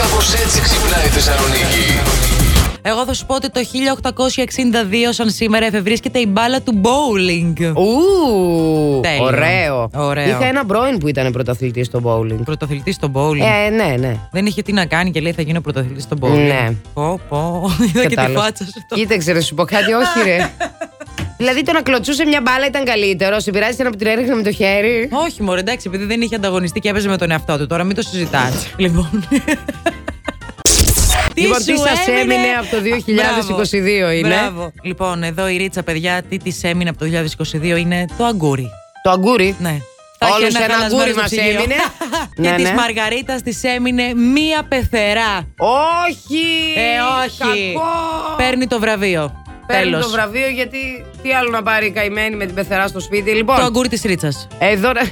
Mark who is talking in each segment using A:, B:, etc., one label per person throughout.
A: Κάπως έτσι ξυπνάει η Θεσσαλονίκη.
B: Εγώ θα σου πω ότι το 1862 σαν σήμερα εφευρίσκεται η μπάλα του bowling.
C: Ου,
B: Τέλειο.
C: ωραίο.
B: Ωραίο.
C: Είχα ένα πρώην που ήταν πρωταθλητής στο bowling.
B: Πρωτοθλητή στο bowling.
C: Ε, ναι, ναι.
B: Δεν είχε τι να κάνει και λέει θα γίνω πρωτοθλητή στο bowling.
C: Ναι.
B: Πω, πω. Είδα και τη
C: Κατάλαβα.
B: φάτσα σου. τώρα.
C: Κοίταξε να σου πω κάτι, όχι ρε. δηλαδή το να κλωτσούσε μια μπάλα ήταν καλύτερο. Σε πειράζει να την έριχνε με το χέρι.
B: Όχι, μωρέ, εντάξει, επειδή δεν είχε ανταγωνιστεί και έπαιζε με τον εαυτό του. Τώρα μην το συζητάς. λοιπόν.
C: Λοιπόν, τι
B: σου
C: σας έμεινε από το 2022
B: Μπράβο,
C: είναι?
B: Μπράβο. Λοιπόν, εδώ η Ρίτσα, παιδιά, τι της έμεινε από το 2022 είναι το αγκούρι.
C: Το αγκούρι.
B: Ναι.
C: Όλους
B: έχει
C: ένα
B: χαλασμένο
C: αγκούρι
B: στο
C: μας
B: ψυγείο.
C: έμεινε.
B: και
C: Ναι,
B: της
C: ναι.
B: Μαργαρίτας της έμεινε μία πεθερά.
C: Όχι!
B: Ε, όχι.
C: Κακό!
B: Παίρνει το βραβείο.
C: Παίρνει
B: Τέλος.
C: το βραβείο γιατί τι άλλο να πάρει η καημένη με την πεθερά στο σπίτι. Λοιπόν,
B: Το αγκούρι της Ρίτσας.
C: εδώ να...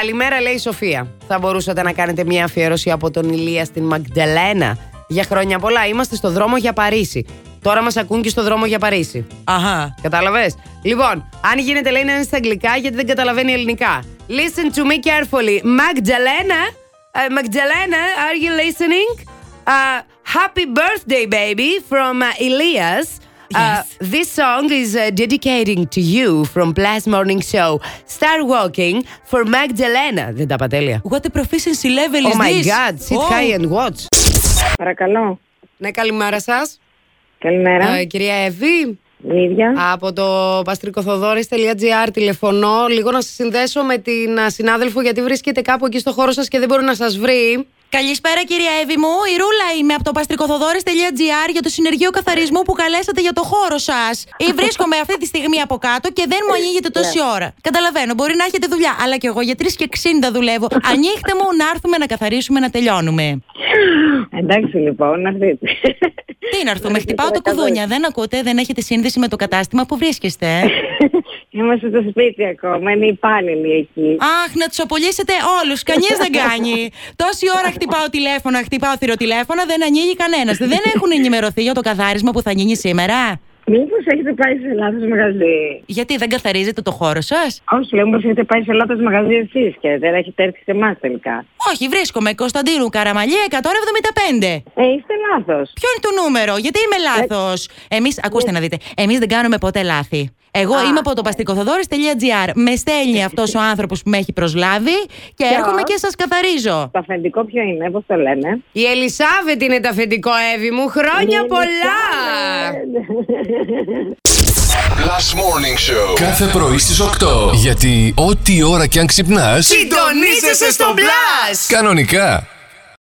C: Καλημέρα λέει η Σοφία. Θα μπορούσατε να κάνετε μια αφιέρωση από τον Ηλία στην Μαγντελένα. Για χρόνια πολλά είμαστε στο δρόμο για Παρίσι. Τώρα μας ακούν και στο δρόμο για Παρίσι.
B: Αχα.
C: Κατάλαβες. Λοιπόν, αν γίνεται λέει να είναι στα αγγλικά γιατί δεν καταλαβαίνει ελληνικά. Listen to me carefully. Magdalena, uh, Magdalena, are you listening? Uh, happy birthday, baby, from uh, Elias. Uh,
B: Yes.
C: this song is uh, dedicating to you from Plus Morning Show. Start walking for Magdalena. Δεν τα είπα τέλεια.
B: What a proficiency level
C: Oh
B: is
C: my
B: this?
C: god, sit
B: Oh.
C: high and watch.
D: Παρακαλώ.
C: Ναι, καλημέρα σας.
D: Καλημέρα.
C: Ε, κυρία Εύη.
D: Η ίδια.
C: Από το παστρικοθοδόρης.gr τηλεφωνώ. Λίγο να σας συνδέσω με την α, συνάδελφο γιατί βρίσκεται κάπου εκεί στο χώρο σας και δεν μπορεί να σας βρει.
B: Καλησπέρα κυρία Εύη μου, η Ρούλα είμαι από το παστρικοθοδόρης.gr για το συνεργείο καθαρισμού που καλέσατε για το χώρο σας. Ή βρίσκομαι αυτή τη στιγμή από κάτω και δεν μου ανοίγετε τόση ώρα. Καταλαβαίνω, μπορεί να έχετε δουλειά, αλλά και εγώ για 3 και 60 δουλεύω. Ανοίχτε μου να έρθουμε να καθαρίσουμε να τελειώνουμε.
D: Εντάξει λοιπόν, να δείτε.
B: Τι να
D: Ναι,
B: έρθουμε, χτυπάω τα κουδούνια, δεν ακούτε, δεν έχετε σύνδεση με το κατάστημα που βρίσκεστε. ε.
D: Είμαστε στο σπίτι ακόμα, είναι υπάλληλοι εκεί.
B: Αχ, να τους απολύσετε όλους. Κανείς δεν κάνει. Τόση ώρα χτυπάω τηλέφωνα, χτυπάω θηροτηλέφωνα, δεν ανοίγει κανένας. Δεν έχουν ενημερωθεί για το καθάρισμα που θα γίνει σήμερα.
D: Μήπως έχετε πάει σε λάθος μαγαζί.
B: Γιατί δεν καθαρίζετε το χώρο σας.
D: Όχι, λέω μήπως έχετε πάει σε λάθος μαγαζί εσείς και δεν έχετε έρθει σε εμάς τελικά.
B: Όχι, βρίσκομαι Κωνσταντίνου Καραμαλή 175.
D: Ε, είστε λάθος.
B: Ποιο είναι το νούμερο, γιατί είμαι λάθος. Εμείς, ακούστε να δείτε, εμείς δεν κάνουμε ποτέ λάθη. Εγώ είμαι από το παστικοθοδόρη.gr. Με στέλνει αυτός ο άνθρωπος που με έχει προσλάβει και έρχομαι και σας καθαρίζω.
D: Το αφεντικό ποιο είναι, πώς το λένε.
C: Η Ελισάβετ είναι τα αφεντικό Εύη μου. Χρόνια πολλά!
D: Ε,
A: Last Morning Show.
E: Κάθε πρωί στις 8. Γιατί ό,τι ώρα κι αν ξυπνάς,
C: Συντονίζεσαι στο Blast!
E: κανονικά